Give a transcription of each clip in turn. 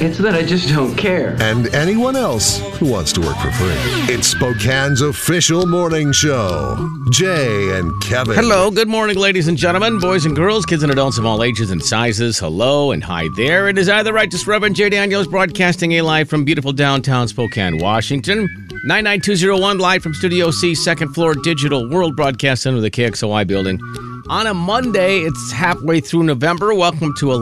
It's that I just don't care. and anyone else who wants to work for free. It's Spokane's official morning show. Jay and Kevin. Hello, good morning, ladies and gentlemen, boys and girls, kids and adults of all ages and sizes. Hello and hi there. It is I, the Righteous Reverend Jay Daniels, broadcasting a live from beautiful downtown Spokane, Washington. 99201, live from Studio C, second floor, Digital World Broadcast Center, the KXOI building. On a Monday, it's halfway through November. Welcome to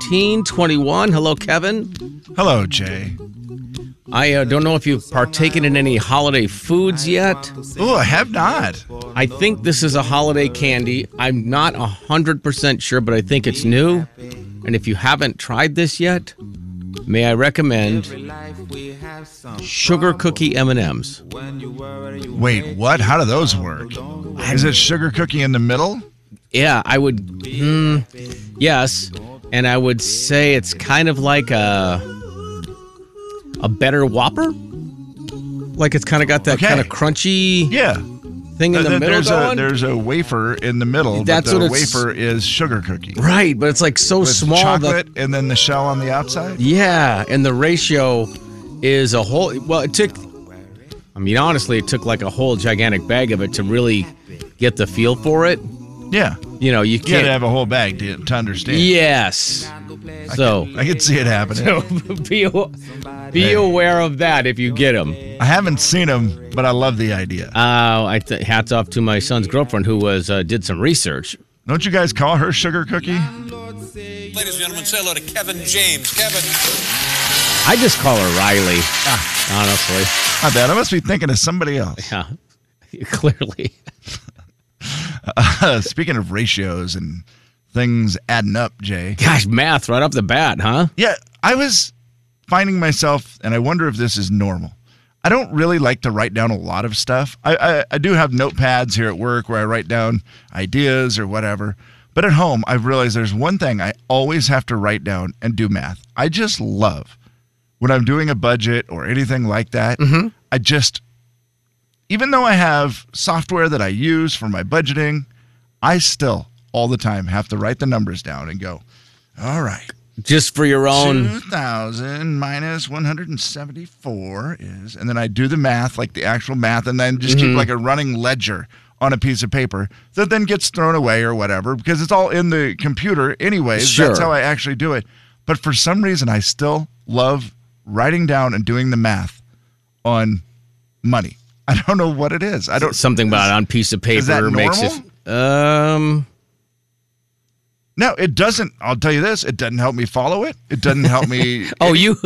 111521. Hello, Kevin. Hello, Jay. I uh, don't know if you've partaken in any holiday foods yet. Oh, I have not. I think this is a holiday candy. I'm not 100% sure, but I think it's new. And if you haven't tried this yet, may I recommend sugar cookie M&Ms? Wait, uh, what? How do those work? Is it sugar cookie in the middle? Yeah, I would mm, yes, and I would say it's kind of like a a better Whopper. Like it's kind of got that Okay. kind of crunchy Yeah. thing in the Th- middle there's a going. there's a wafer in the middle, That's but the what it's- wafer is sugar cookie. right, but it's like so With small that chocolate and then the shell on the outside. Yeah, and the ratio is a whole. Well, it took. I mean, honestly, it took like a whole gigantic bag of it to really get the feel for it. Yeah. You know, you You got can't. to have a whole bag to, to understand. yes. So I can see it happening. be aw- be Hey. aware of that if you get them. I haven't seen them, but I love the idea. Uh, I th- hats off to my son's girlfriend who was uh, did some research. Don't you guys call her sugar cookie? Ladies and gentlemen, say hello to Kevin James. Kevin. I just call her Riley. Ah. Honestly, Not that. I must be thinking of somebody else. yeah, clearly. Uh, speaking of ratios and things adding up, Jay. Gosh, math right off the bat, huh? Yeah, I was finding myself, and I wonder if this is normal. I don't really like to write down a lot of stuff. I, I, I do have notepads here at work where I write down ideas or whatever. But at home, I've realized there's one thing I always have to write down and do math. I just love when I'm doing a budget or anything like that. I just, even though I have software that I use for my budgeting, I still all the time have to write the numbers down and go, all right. Just for your own. 2000 minus 174 is and then i do the math like the actual math and then just Mm-hmm. keep like a running ledger on a piece of paper that then gets thrown away or whatever because it's all in the computer anyways that's Sure. how i actually do it but for some reason i still love writing down and doing the math on money i don't know what it is i don't something about it on piece of paper is that makes normal? it um no it doesn't i'll tell you this it doesn't help me follow it it doesn't help me oh you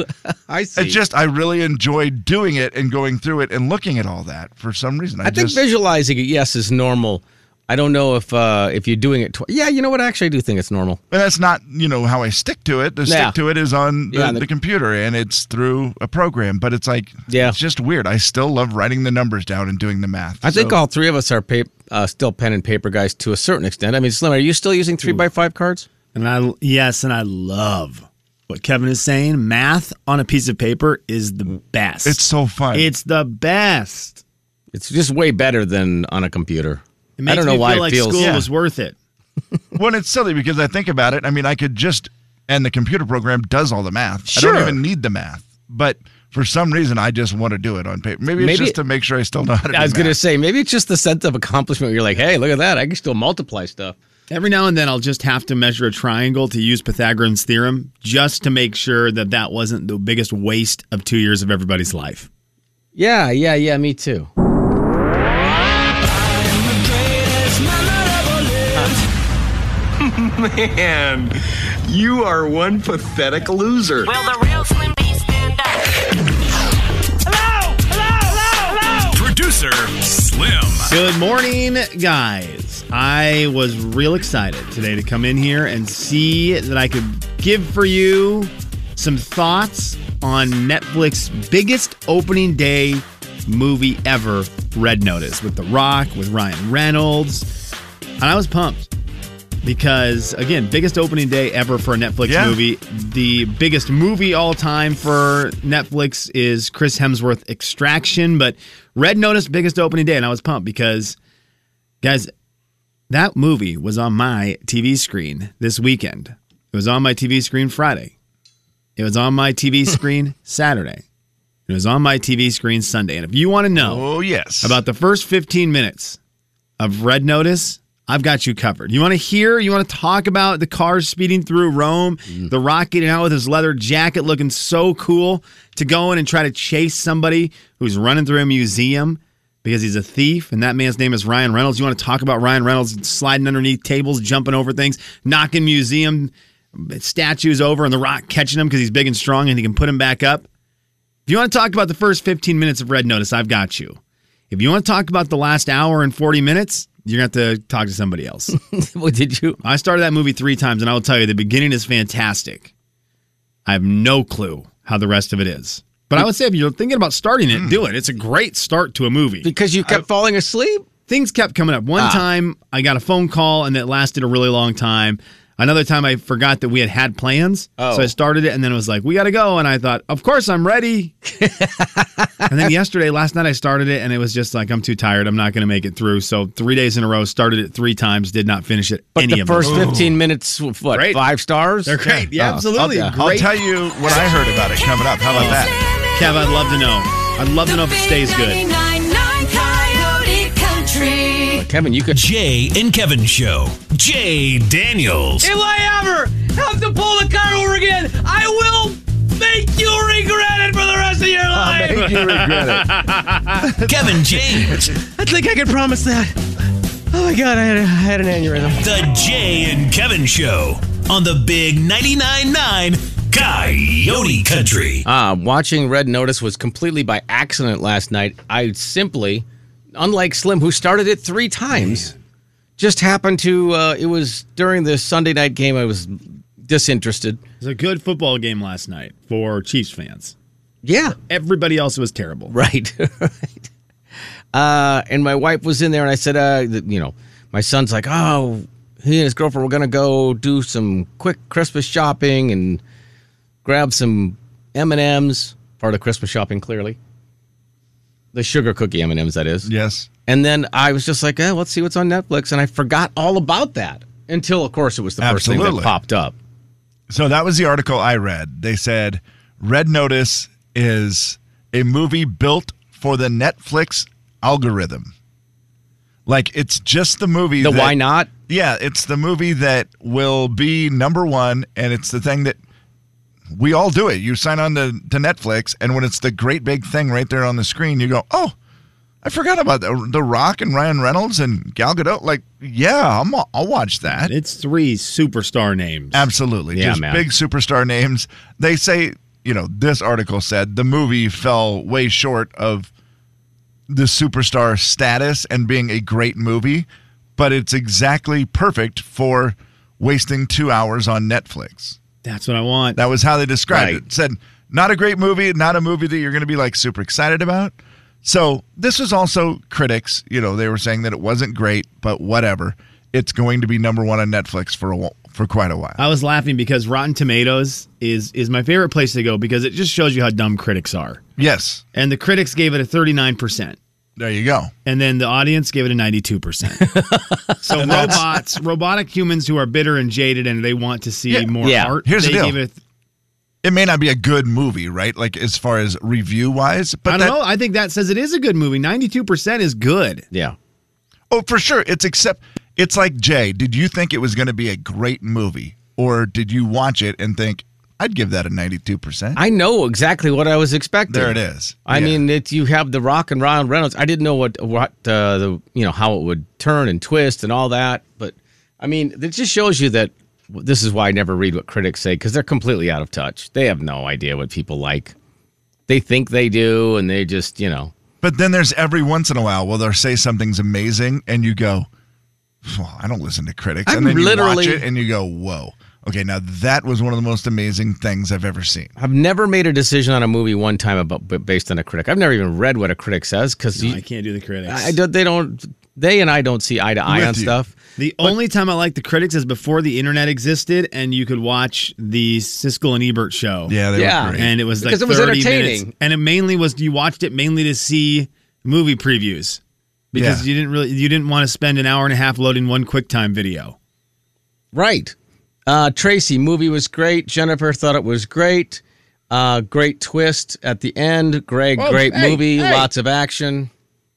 i see It's just I really enjoyed doing it and going through it and looking at all that for some reason. I, i think just, visualizing it yes is normal i don't know if uh if you're doing it tw- yeah you know what actually i do think it's normal and that's not you know how I stick to it. The Yeah. stick to it is on the, Yeah, the, the- computer and it's through a program. But it's like Yeah. it's just weird. I still love writing the numbers down and doing the math. i think So- all three of us are pa- uh, still pen and paper guys to a certain extent i mean slim are you still using Hmm. three by five cards And I yes, and I love what Kevin is saying. Math on a piece of paper is the best. it's so fun. it's the best. it's just way better than on a computer It makes i don't know me why feel it like feels school Yeah. was worth it. when it's silly because I think about it. I mean, I could just and the computer program does all the math. I Sure. don't even need the math, but. For some reason, I just want to do it on paper. Maybe, it's Maybe- just to make sure I still know how to. Do i was gonna math. say maybe it's just the sense of accomplishment you're like hey look at that i can still multiply stuff Every now and then, I'll just have to measure a triangle to use Pythagorean's theorem just to make sure that that wasn't the biggest waste of two years of everybody's life. yeah yeah yeah me too Man, you are one pathetic loser. Will the real Slim B stand up? Hello! Hello! Hello! Hello! Producer Slim. Good morning, guys. I was real excited today to come in here and see that I could give for you some thoughts on Netflix's biggest opening day movie ever, Red Notice, with The Rock, with Ryan Reynolds. And I was pumped because, again, biggest opening day ever for a Netflix Yeah. movie. The biggest movie all time for Netflix is Chris Hemsworth Extraction, but Red Notice, biggest opening day. And I was pumped because, guys, that movie was on my TV screen this weekend. It was on my TV screen Friday. It was on my TV screen Saturday. It was on my TV screen Sunday. And if you want to know Oh, yes. about the first 15 minutes of Red Notice, I've got you covered. You want to hear, you want to talk about the cars speeding through Rome, the Rock getting out with his leather jacket looking so cool to go in and try to chase somebody who's running through a museum because he's a thief and that man's name is Ryan Reynolds. You want to talk about Ryan Reynolds sliding underneath tables, jumping over things, knocking museum statues over and the Rock catching him because he's big and strong and he can put him back up. If you want to talk about the first 15 minutes of Red Notice, I've got you. If you want to talk about the last hour and 40 minutes, you're going to have to talk to somebody else. what did you? I started that movie three times, and I will tell you the beginning is fantastic. I have no clue how the rest of it is. But I would say if you're thinking about starting it, do it. It's a great start to a movie Because you kept falling asleep. things kept coming up. One Ah. time I got a phone call and it lasted a really long time. Another time I forgot that we had had plans. Oh. So I started it and then it was like, we got to go. And I thought, of course I'm ready. and then yesterday, last night I started it and it was just like, I'm too tired. I'm not going to make it through. So three days in a row, started it three times, did not finish it. But any the of them. first 15 minutes, what, Great. five stars? They're great. Yeah, Oh, absolutely. okay. I'll Great. tell you what I heard about it coming up. How about that? Kev, I'd love to know. I'd love to know if it stays good. Kevin, you could. Jay and Kevin Show. Jay Daniels. If I ever have to pull the car over again, I will make you regret it for the rest of your life. Make you regret it. Kevin James. I think I could promise that. Oh my God, I had, I had an aneurysm. The Jay and Kevin Show on the Big 99.9 9 Coyote Country. Uh, watching Red Notice was completely by accident last night. I simply, unlike Slim, who started it three times, just happened to. Uh, it was during the Sunday night game. I was disinterested. It was a good football game last night for Chiefs fans. Yeah. Everybody else was terrible. Right. right. Uh, and my wife was in there, and I said, uh, th- you know, my son's like, oh, he and his girlfriend were going to go do some quick Christmas shopping and grab some M and M's, part of Christmas shopping, clearly. The sugar cookie M and M's, that is. Yes. And then I was just like, eh, let's see what's on Netflix, and I forgot all about that until, of course, it was the first thing Absolutely. that popped up. So that was the article I read. They said Red Notice is a movie built for the Netflix algorithm. Like it's just the movie. The that- why not? Yeah, it's the movie that will be number one, and it's the thing that we all do it. You sign on to, to Netflix, and when it's the great big thing right there on the screen, you go, "Oh, I forgot about the, the Rock and Ryan Reynolds and Gal Gadot." Like, yeah, I'm, I'll watch that. It's three superstar names. Absolutely. Yeah, Just man. big superstar names. They say, you know, this article said the movie fell way short of the superstar status and being a great movie, but it's exactly perfect for wasting two hours on Netflix. That's what I want. That was how they described Right. it. Said, not a great movie, not a movie that you're going to be like super excited about. So, this was also critics, you know, they were saying that it wasn't great, but whatever. It's going to be number one on Netflix for a, wh- for quite a while. I was laughing because Rotten Tomatoes is is my favorite place to go because it just shows you how dumb critics are. Yes. And the critics gave it a 39%, There you go. and then the audience gave it a 92%. so robots, robotic humans who are bitter and jaded and they want to see Yeah. more Yeah. art, Here's the they deal. gave it a th- It may not be a good movie, right? Like as far as review wise, but I that, don't know. I think that says it is a good movie. 92% is good. Yeah. oh, for sure, it's except it's like Jay. Did you think it was going to be a great movie, or did you watch it and think I'd give that a ninety-two percent? I know exactly what I was expecting. There it is. I Yeah. mean, it, you have the Rock and Ryan Reynolds. I didn't know what what uh, the you know how it would turn and twist and all that, but I mean, it just shows you that this is why I never read what critics say because they're completely out of touch. They have no idea what people like. They think they do, and they just you know But then there's every once in a while, well, they'll say something's amazing, and you go, well, I don't listen to critics. I'm and then literally- you watch it and you go, whoa. Okay, now that was one of the most amazing things I've ever seen. I've never made a decision on a movie one time about but based on a critic. I've never even read what a critic says because I can't do the critics. I don't, they don't. They and I don't see eye to eye With on you. stuff. The only time I liked the critics is before the internet existed and you could watch the Siskel and Ebert show. Yeah, they Yeah. were great. And it was like Because it was 30 entertaining. minutes. And it mainly was you watched it mainly to see movie previews because Yeah. you didn't really you didn't want to spend an hour and a half loading one QuickTime video. Right. Uh, Tracy, movie was great. Jennifer thought it was great. Uh, great twist at the end. Greg, Whoa, great hey, movie. hey. Lots of action.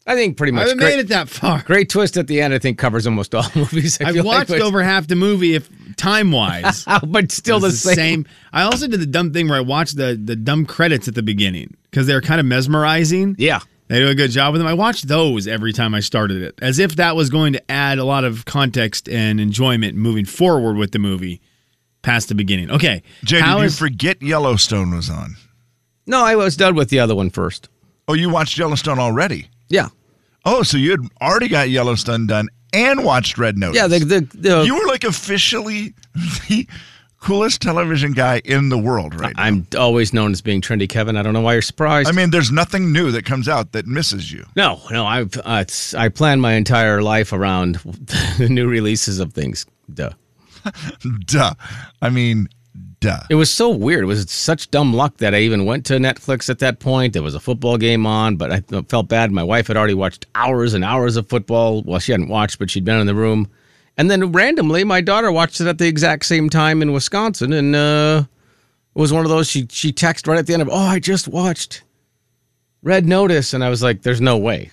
I think pretty I much haven't great, made it that far. great twist at the end. I think covers almost all movies. I I've feel watched like, but- over half the movie if time wise. but still the, same. I also did the dumb thing where I watched the the dumb credits at the beginning because they're kind of mesmerizing. Yeah. They do a good job with them. I watched those every time I started it, as if that was going to add a lot of context and enjoyment moving forward with the movie past the beginning. Okay. Jay, how did is- you forget Yellowstone was on? No, I was done with the other one first. Oh, you watched Yellowstone already? Yeah. Oh, so you had already got Yellowstone done and watched Red Notice. Yeah. The, the, the, you were like officially the coolest television guy in the world right now. I'm always known as being trendy, Kevin. I don't know why you're surprised. I mean, there's nothing new that comes out that misses you. no, no. I uh, it's, I plan my entire life around the new releases of things. Duh. Duh. I mean, duh. It was so weird. It was such dumb luck that I even went to Netflix at that point. There was a football game on, but I th- felt bad. My wife had already watched hours and hours of football. Well, she hadn't watched, but she'd been in the room. And then randomly, my daughter watched it at the exact same time in Wisconsin, and uh, it was one of those. She she texted right at the end of, "Oh, I just watched Red Notice," and I was like, "There's no way."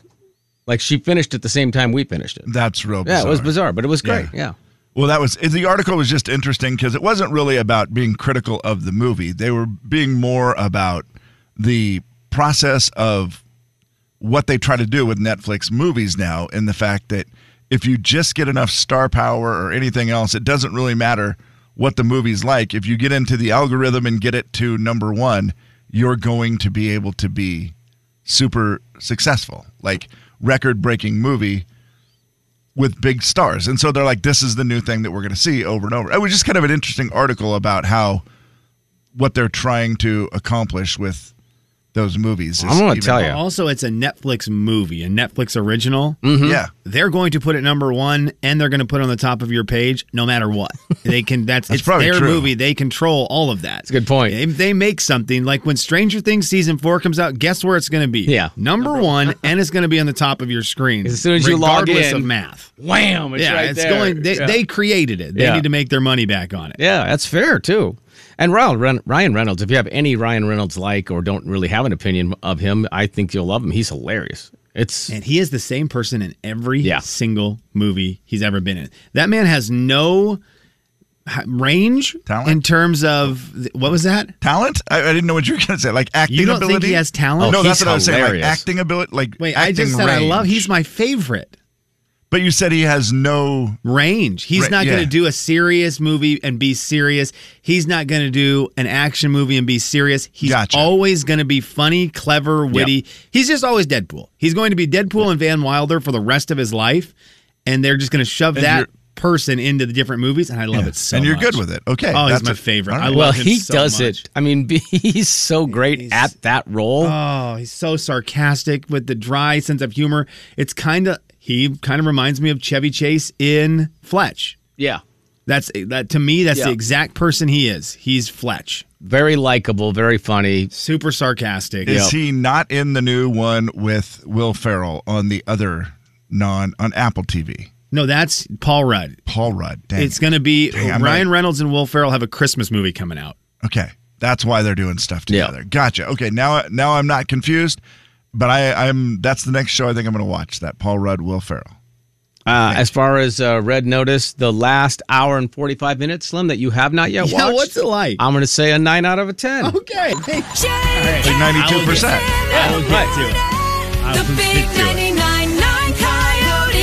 Like she finished at the same time we finished it. That's real Yeah, bizarre. it was bizarre, but it was great. Yeah. yeah. Well, that was the article was just interesting because it wasn't really about being critical of the movie. They were being more about the process of what they try to do with Netflix movies now, and the fact that if you just get enough star power or anything else, it doesn't really matter what the movie's like. If you get into the algorithm and get it to number one, you're going to be able to be super successful, like record breaking movie with big stars. And so they're like, this is the new thing that we're going to see over and over. It was just kind of an interesting article about how what they're trying to accomplish with those movies. is I'm gonna even- tell you. Also, it's a Netflix movie, a Netflix original. Mm. Mm-hmm. Yeah. They're going to put it number one, and they're going to put it on the top of your page, no matter what. They can. That's, That's it's probably their true. movie. They control all of that. It's a good point. If they make something like when Stranger Things season four comes out, guess where it's going to be? Yeah. number, one, and it's going to be on the top of your screen As soon as you log regardless in. of math. Wham! It's yeah, right it's there. going. They, Yeah. they created it. They Yeah. need to make their money back on it. Yeah, that's fair too. And Ryan Ren- Ryan Reynolds, if you have any Ryan Reynolds like or don't really have an opinion of him, I think you'll love him. He's hilarious. It's And he is the same person in every Yeah. single movie he's ever been in. That man has no h- range Talent? in terms of th- what was that? Talent? I, I didn't know what you were going to say. Like acting You don't think ability? he has talent? Oh, no, that's he's what I was saying. hilarious. Like acting ability. Like Wait, I just said acting I love. range. He's my favorite But you said he has no. range. He's Ra- not going to yeah. do a serious movie and be serious. He's not going to do an action movie and be serious. He's Gotcha. always going to be funny, clever, witty. He's just always Deadpool. He's going to be Deadpool and Van Wilder for the rest of his life, and they're just going to shove And that you're- person into the different movies. And I love it so. and you're much. good with it. Okay. Oh, he's that's my it. favorite. All I well, love him he so does much. it. I mean, he's so great He's- at that role. Oh, he's so sarcastic with the dry sense of humor. It's kind of he kind of reminds me of Chevy Chase in Fletch. yeah, That's that to me. That's the Yeah. exact person he is. He's Fletch. very likable, very funny. Super sarcastic. Is Yep. he not in the new one with Will Ferrell on the other non on Apple TV? No, that's Paul Rudd. Paul Rudd. Dang. It's going to be Dang, I'm Ryan Reynolds and Will Ferrell have a Christmas movie coming out. Okay, that's why they're doing stuff Yeah. together. Gotcha. Okay, now now I'm not confused, but I I'm that's the next show I think I'm going to watch. That Paul Rudd, Will Ferrell. Uh, as far as uh, Red Notice, the last hour and 45 minutes, Slim, that you have not yet Yeah, watched, what's it like? I'm going to say a 9 out of a 10. okay, thank Jay, Like I will ninety two get to it. percent. I will get to it. I the will big get to it.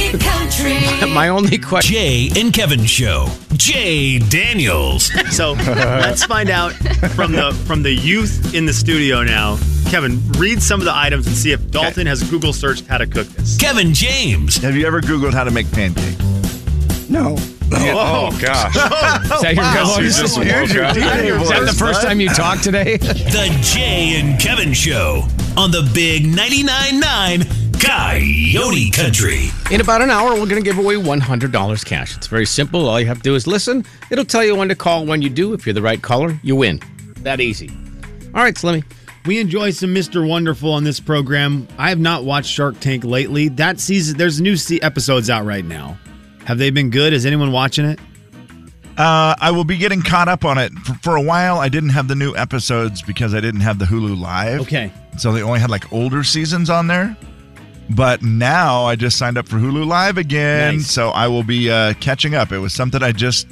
99.9 Coyote Country. My only Oh, question. Jay and Kevin Show. Jay Daniels. So let's find out from the from the youth in the studio now Kevin, read some of the items and see if Dalton has Google searched how to cook this. Kevin James. Have you ever Googled how to make pancakes? No. Oh, gosh. Is that your Wow. goal? You just woke Is up. that the first time you talked today? The Jay and Kevin Show on the Big 99.9 Coyote Country. In about an hour, we're going to give away $100 cash. It's very simple. All you have to do is listen. It'll tell you when to call. When you do, if you're the right caller, you win. That easy. All right, Slimmy. We enjoy some Mr. Wonderful on this program. I have not watched Shark Tank lately. That season, there's new se- episodes out right now. Have they been good? Is anyone watching it? Uh, I will be getting caught up on it. For, for a while, I didn't have the new episodes because I didn't have the Hulu Live. Okay. So they only had like older seasons on there. But now I just signed up for Hulu Live again. So I will be uh, catching up. It was something I just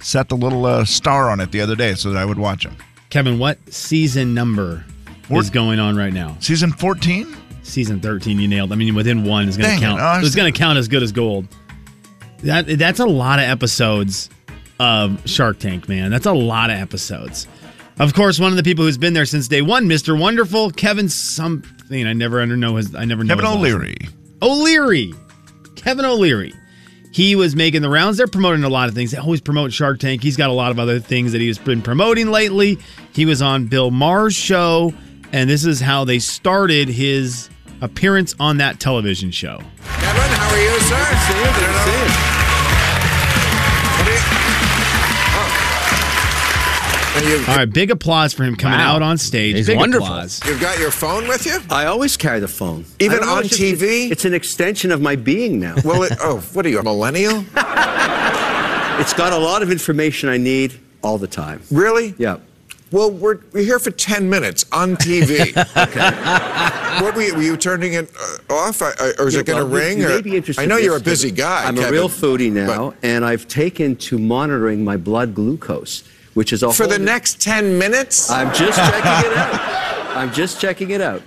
set the little uh, star on it the other day so that I would watch them. Kevin, what season number Four- is going on right now? Season 14? Season 13, you nailed. I mean, within one is going Dang to it, count. I was it's going to count as good as gold. That That's a lot of episodes of Shark Tank, man. That's a lot of episodes. Of course, one of the people who's been there since day one, Mr. Wonderful, Kevin something. I never under know his. I never know Kevin his last name. O'Leary. O'Leary. Kevin O'Leary. He was making the rounds. They're promoting a lot of things. They always promote Shark Tank. He's got a lot of other things that he's been promoting lately. He was on Bill Maher's show, and this is how they started his appearance on that television show. Kevin, how are you, sir? See you. Good to see you. All right, big applause for him coming Wow. out on stage. He's big wonderful. applause. You've got your phone with you? I always carry the phone. Even I don't know, on it's just- TV? It's an extension of my being now. Well, it, oh, what are you, a millennial? it's got a lot of information I need all the time. Really? Yeah. Well, we're, we're here for 10 minutes on TV. okay. What were you, were you turning it uh, off? I, I, or is Yeah, it going to well, you- ring? You or- may be interested I know in you're a this, busy Kevin. guy. I'm a Kevin, real foodie but now, and I've taken to monitoring my blood glucose, which is all For the next 10 minutes? I'm just checking it out. I'm just checking it out.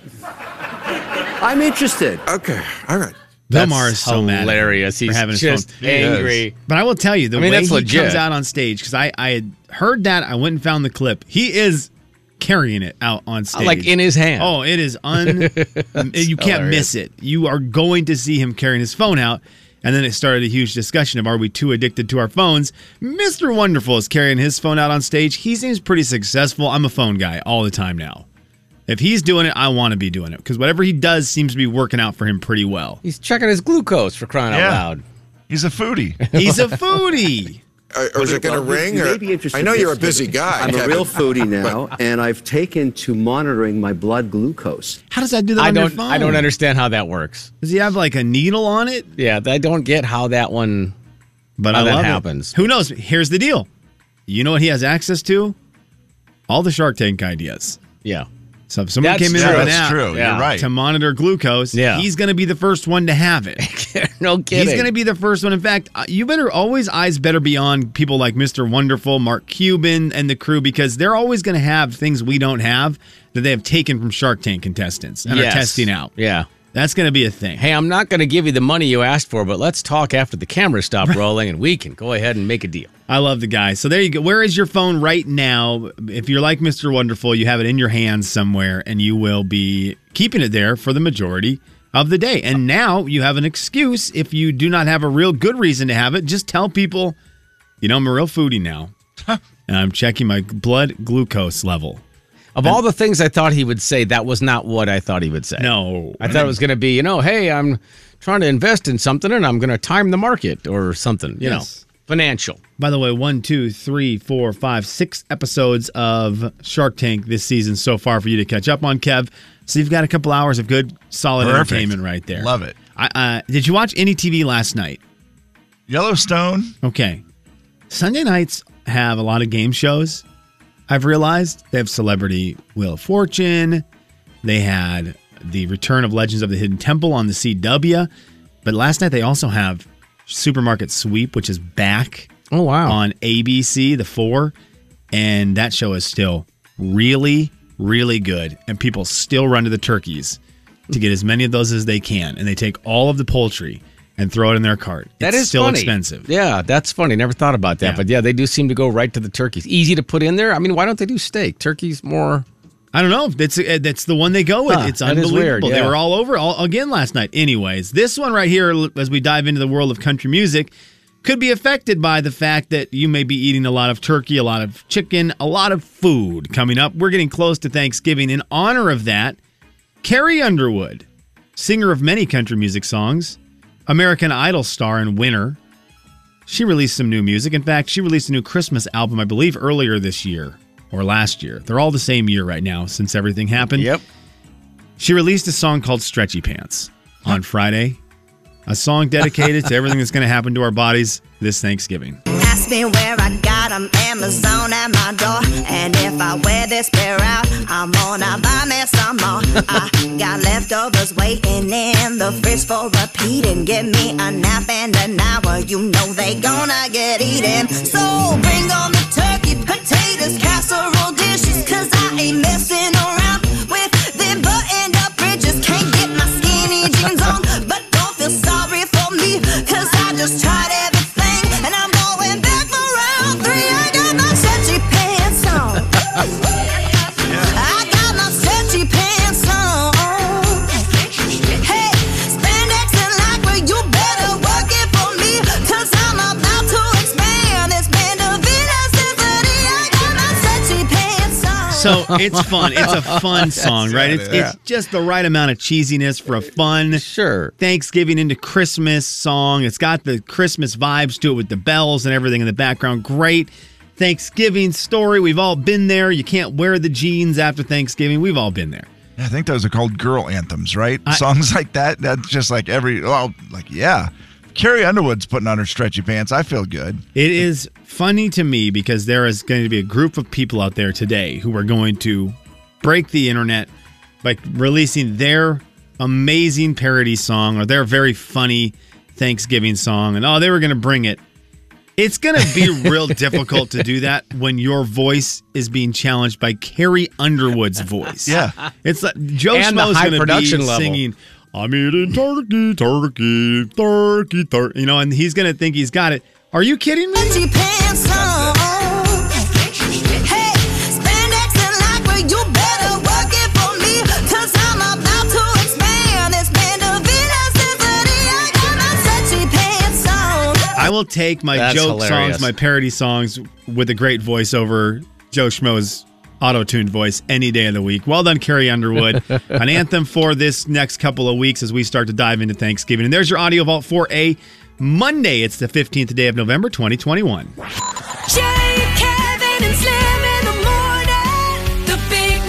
I'm interested. Okay. All right. Bill That's Maher is so mad at him hilarious. for He's having his just phone. He angry. is. But I will tell you, the I mean, way that's he legit. comes out on stage, because I, I had heard that, I went and found the clip. He is carrying it out on stage, Uh, Like in his hand. Oh, it is un. you can't miss it. You are going to see him carrying his phone out. And then it started a huge discussion of are we too addicted to our phones? Mr. Wonderful is carrying his phone out on stage. He seems pretty successful. I'm a phone guy all the time now. If he's doing it, I want to be doing it because whatever he does seems to be working out for him pretty well. He's checking his glucose for crying Yeah. out loud. He's a foodie. He's a foodie. Uh, or is it going to ring? You or- may be interested I know in you're a this, busy Kevin. guy. I'm a Kevin. real foodie now, and I've taken to monitoring my blood glucose. How does that do that I on don't. your phone? I don't understand how that works. Does he have like a needle on it? Yeah, I don't get how that one. But how I Oh, that love it. happens. Who knows? Here's the deal. You know what he has access to? All the Shark Tank ideas. Yeah. So if someone That's came in true. with an That's app true. You're Yeah. right. to monitor glucose, Yeah. he's going to be the first one to have it. no kidding. He's going to be the first one. In fact, uh, you better always eyes better be on people like Mr. Wonderful, Mark Cuban, and the crew because they're always going to have things we don't have that they have taken from Shark Tank contestants and Yes. are testing out. Yeah. That's going to be a thing. Hey, I'm not going to give you the money you asked for, but let's talk after the cameras stop rolling, and we can go ahead and make a deal. I love the guy. So there you go. Where is your phone right now? If you're like Mr. Wonderful, you have it in your hands somewhere and you will be keeping it there for the majority of the day. And now you have an excuse if you do not have a real good reason to have it. Just tell people, you know, I'm a real foodie now and I'm checking my blood glucose level. Of all the things I thought he would say, that was not what I thought he would say. No. I thought it was going to be, you know, hey, I'm trying to invest in something and I'm going to time the market or something, you Yes. know, financial. By the way, one, two, three, four, five, six episodes of Shark Tank this season so far for you to catch up on, Kev. So you've got a couple hours of good, solid Perfect. entertainment right there. Love it. I, uh, did you watch any TV last night? Yellowstone. Okay. Sunday nights have a lot of game shows. I've realized they have Celebrity Wheel of Fortune. They had the Return of Legends of the Hidden Temple on the CW. But last night they also have Supermarket Sweep, which is back. Oh, wow. On ABC, the four. And that show is still really, really good. And people still run to the turkeys to get as many of those as they can. And they take all of the poultry and throw it in their cart. That is it's still funny. expensive. Yeah, that's funny. Never thought about that. Yeah. But yeah, they do seem to go right to the turkeys. Easy to put in there. I mean, why don't they do steak? Turkey's more I don't know. That's uh, that's the one they go with. Huh, it's that is unbelievable. weird, They yeah. were all over all, again last night. Anyways, this one right here, l- as we dive into the world of country music, could be affected by the fact that you may be eating a lot of turkey, a lot of chicken, a lot of food coming up. We're getting close to Thanksgiving. In honor of that, Carrie Underwood, singer of many country music songs, American Idol star and winner, she released some new music. In fact, she released a new Christmas album, I believe, earlier this year or last year. They're all the same year right now since everything happened. Yep. She released a song called Stretchy Pants on Friday, a song dedicated to everything that's going to happen to our bodies this Thanksgiving. Ask me where I got 'em, Amazon at my door. And if I wear this pair out, I'm gonna buy me some more. I got leftovers waiting in the fridge for repeating. Give me a nap and an hour, you know they gonna get eaten. So bring on the turkey, potatoes, casserole dishes, cause I ain't messing around with them buttoned up bridges. Can't get my skinny jeans on, but don't feel sorry for me, cause I just tried everything and I'm going back for round three. I got my stretchy pants on. I got my stretchy pants on. Hey, spandex and lycra, you better work it for me, cause I'm about to expand. This band of Venus Symphony, E. I got my stretchy pants on. So it's fun. It's a fun song, That's right? right, It's, yeah. it's just the right amount of cheesiness for a fun sure Thanksgiving into Christmas song. It's got the Christmas vibes to it with the bells and everything in the background. Great Thanksgiving story. We've all been there. You can't wear the jeans after Thanksgiving. We've all been there. I think those are called girl anthems, right? Songs like that. That's just like every. Well, like yeah, Carrie Underwood's putting on her stretchy pants. I feel good. It is funny to me because there is going to be a group of people out there today who are going to break the internet by releasing their amazing parody song or their very funny Thanksgiving song. And oh, they were going to bring it. It's going to be real difficult to do that when your voice is being challenged by Carrie Underwood's voice. Yeah. It's like Joe And the Schmo's high going to be production level. singing, I'm eating turkey, turkey, turkey, turkey. You know, and he's going to think he's got it. Are you kidding me? Stretchy pants on. Hey, spandex and lycra, you better work it for me, i I'm about to expand. This band of Venus Symphony, I got my stretchy pants on. I will take my That's joke hilarious. songs, my parody songs with a great voice over Joe Schmo's auto tuned voice any day of the week. Well done, Carrie Underwood. An anthem for this next couple of weeks as we start to dive into Thanksgiving. And there's your Audio Vault 4A. Monday, it's the 15th day of November, 2021. Jay, Kevin, and Slim in the morning. The big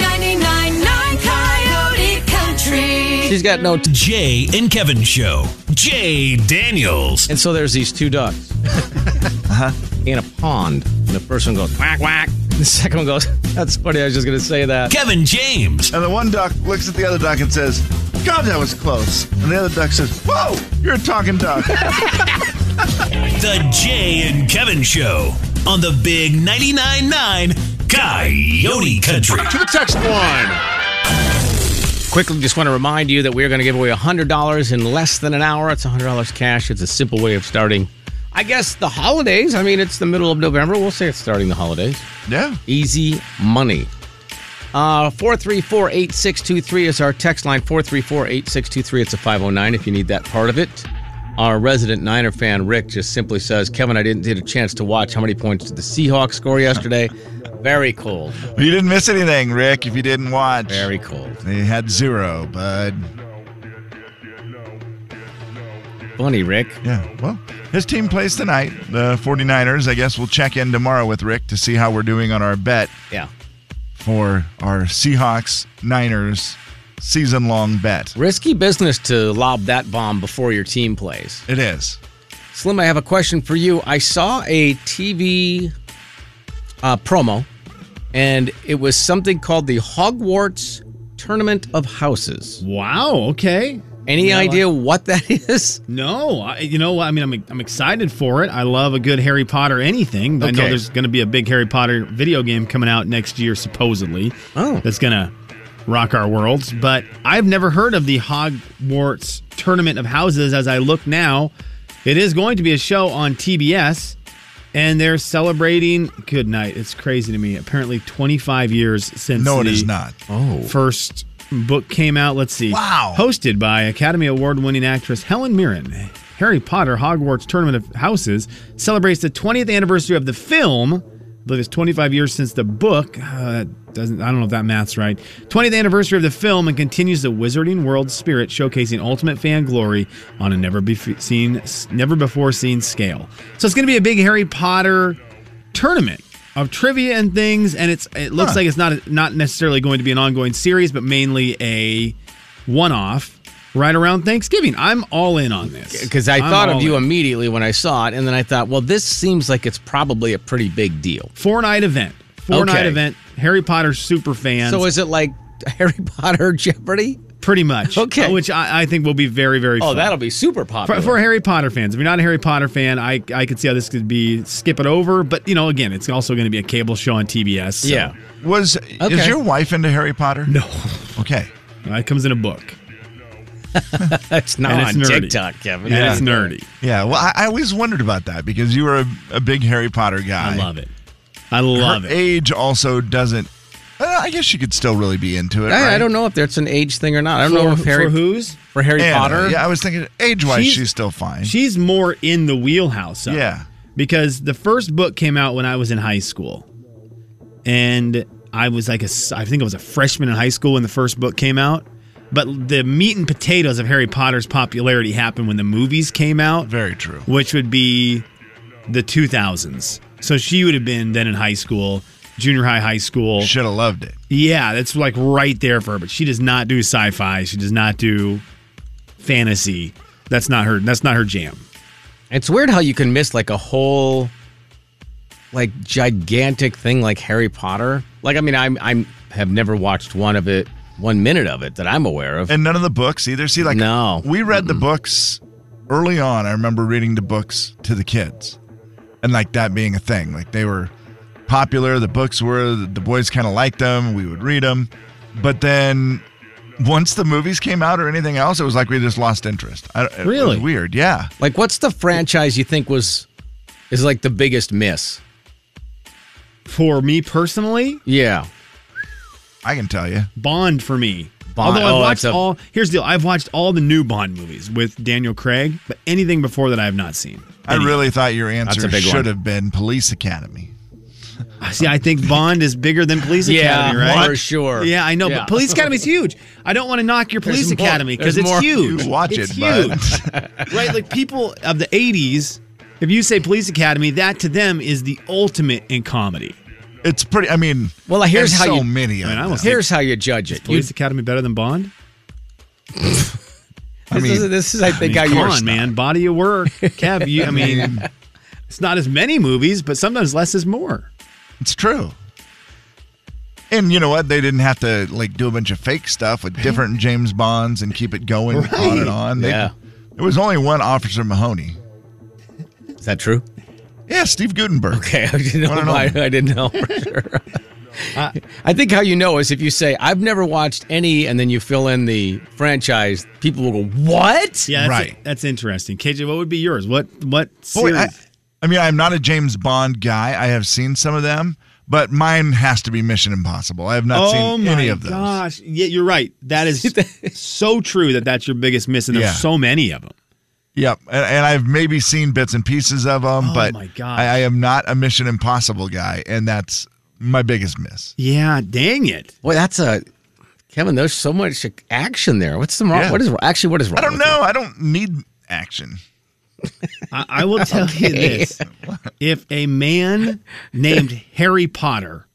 99.9 Coyote Country. She's got no Jay and Kevin show. Jay Daniels. And so there's these two ducks uh-huh. in a pond. And the first one goes whack whack. The second one goes, "That's funny. I was just gonna say that." Kevin James. And the one duck looks at the other duck and says, "God, that was close." And the other duck says, "Whoa, you're a talking duck." The Jay and Kevin Show on the Big 99.9 9 Coyote Country. To the text line. Quickly, just want to remind you that we are going to give away $100 in less than an hour. It's $100 cash. It's a simple way of starting, I guess, the holidays. I mean, it's the middle of November. We'll say it's starting the holidays. Yeah. Easy money. Uh, 434-8623 is our text line. 434-8623. It's a 509 if you need that part of it. Our resident Niner fan, Rick, just simply says, Kevin, I didn't get a chance to watch how many points did the Seahawks score yesterday. Very cold. you didn't miss anything, Rick. If you didn't watch, very cold. They had zero, bud. Funny, Rick. Yeah. Well, his team plays tonight. The 49ers. I guess we'll check in tomorrow with Rick to see how we're doing on our bet. Yeah. for our Seahawks Niners season long bet. Risky business to lob that bomb before your team plays. It is. Slim, I have a question for you. I saw a TV uh, promo, and it was something called the Hogwarts Tournament of Houses. Wow, okay. Any Yeah, I idea what that is? No, I, you know, I mean, I'm, I'm excited for it. I love a good Harry Potter anything. I know Okay. there's going to be a big Harry Potter video game coming out next year, supposedly. Oh. That's going to rock our worlds. But I've never heard of the Hogwarts Tournament of Houses as I look now. It is going to be a show on TBS. and they're celebrating good night. It's crazy to me. Apparently, 25 years since No, it the is not. Oh, first book came out. Let's see. Wow. Hosted by Academy Award-winning actress Helen Mirren, Harry Potter Hogwarts Tournament of Houses celebrates the 20th anniversary of the film. I believe it's 25 years since the book. Uh, that doesn't I don't know if that math's right. 20th anniversary of the film and continues the Wizarding World spirit, showcasing ultimate fan glory on a never be seen, never before seen scale. So it's going to be a big Harry Potter tournament of trivia and things, and it's it looks Huh. like it's not not necessarily going to be an ongoing series, but mainly a one off. Right around Thanksgiving, I'm all in on this Because I thought of you immediately when I saw it, and then I thought, well, this seems like it's probably a pretty big deal. Four night event. Four night Okay. event. Harry Potter super fan. So is it like Harry Potter Jeopardy? Pretty much. Okay. Which I, I think will be very, very Oh, fun. that'll be super for, popular. for Harry Potter fans. If you're not a Harry Potter fan, I I could see how this could be skip it over. But you know, again, it's also going to be a cable show on TBS. so- Was is Okay. your wife into Harry Potter? No. Okay. It comes in a book. it's not on TikTok, Kevin. And it's nerdy. Yeah. Well, I, I always wondered about that because you were a, a big Harry Potter guy. I love it. I love Her it. Age also doesn't. uh, I guess you could still really be into it. I, I right? don't know if that's an age thing or not. I don't know For- if Harry for who's? for Harry Anna, Potter. uh, Yeah, I was thinking age wise, she's, She's- still fine. She's more in the wheelhouse. Of it. Yeah. Because the first book came out when I was in high school. And I was like a s- I think I was a freshman in high school when the first book came out. But the meat and potatoes of Harry Potter's popularity happened when the movies came out. Very true. Which would be the 2000s. So she would have been then in high school, junior high, high school. Should have loved it. Yeah, that's like right there for her. But she does not do sci-fi. She does not do fantasy. That's not her. That's not her jam. It's weird how you can miss like a whole like gigantic thing like Harry Potter. Like I mean, I'm I'm have never watched one of it, one minute of it that I'm aware of. And none of the books either. See, like no, we read the books early on. I remember reading the books to the kids, and like that being a thing. Like they were popular. The books were. The boys kind of liked them. We would read them, but then once the movies came out or anything else, it was like we just lost interest. I, it was Really? weird. Yeah. Like, what's the franchise you think was is like the biggest miss? For me personally, yeah, I can tell you Bond for me. Bond- Although I've oh, watched that's a- all. Here's the deal. I've watched all the new Bond movies with Daniel Craig, but anything before that I have not seen. I Any. really thought your answer a big should one. have been Police Academy. See, I think Bond is bigger than Police Yeah, Academy, right? for sure. Yeah, I know, Yeah. but Police Academy's huge. I don't want to knock your Police There's more- Academy because there's it's more- huge. You watch it's it, huge. right? Like people of the '80s, if you say Police Academy, that to them is the ultimate in comedy. It's pretty. I mean, Well, here's there's how so you many of I mean, I them. almost here's how you judge it. Police You- Academy better than Bond? I This mean- is- this is, I think, how come you're on, stuck. man. Body of work, Kev. You, I mean, it's not as many movies, but sometimes less is more. It's true. And you know what? They didn't have to like do a bunch of fake stuff with different James Bonds and keep it going on and on. They, Yeah. There was only one Officer Mahoney. Is that true? Yeah, Steve Gutenberg. Okay, I didn't know. One and why- only. I didn't know for sure. I think how you know is if you say I've never watched any, and then you fill in the franchise, people will go, "What?" Yeah, that's that's interesting. KJ, what would be yours? What what Boy, series? I, I mean, I'm not a James Bond guy. I have seen some of them, but mine has to be Mission Impossible. I have not oh seen my any of them. gosh! Yeah, you're right. That is so true that that's your biggest miss, and there's Yeah. so many of them. Yep, and, and I've maybe seen bits and pieces of them, Oh but my gosh. I, I am not a Mission Impossible guy, and that's my biggest miss. Yeah, dang it! Boy, that's a Kevin. There's so much action there. What's the wrong? Yeah. What is actually what is wrong? I don't with you? know. I don't need action. I, I will tell you Okay. this: if a man named Harry Potter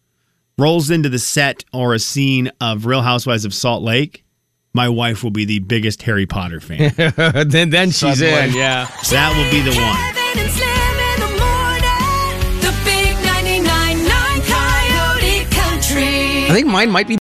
rolls into the set or a scene of Real Housewives of Salt Lake, my wife will be the biggest Harry Potter fan. then then she's in. Suddenly. Yeah. that will be the one. Kevin and Slim in the morning. The big 99.9 Coyote Country. I think mine might be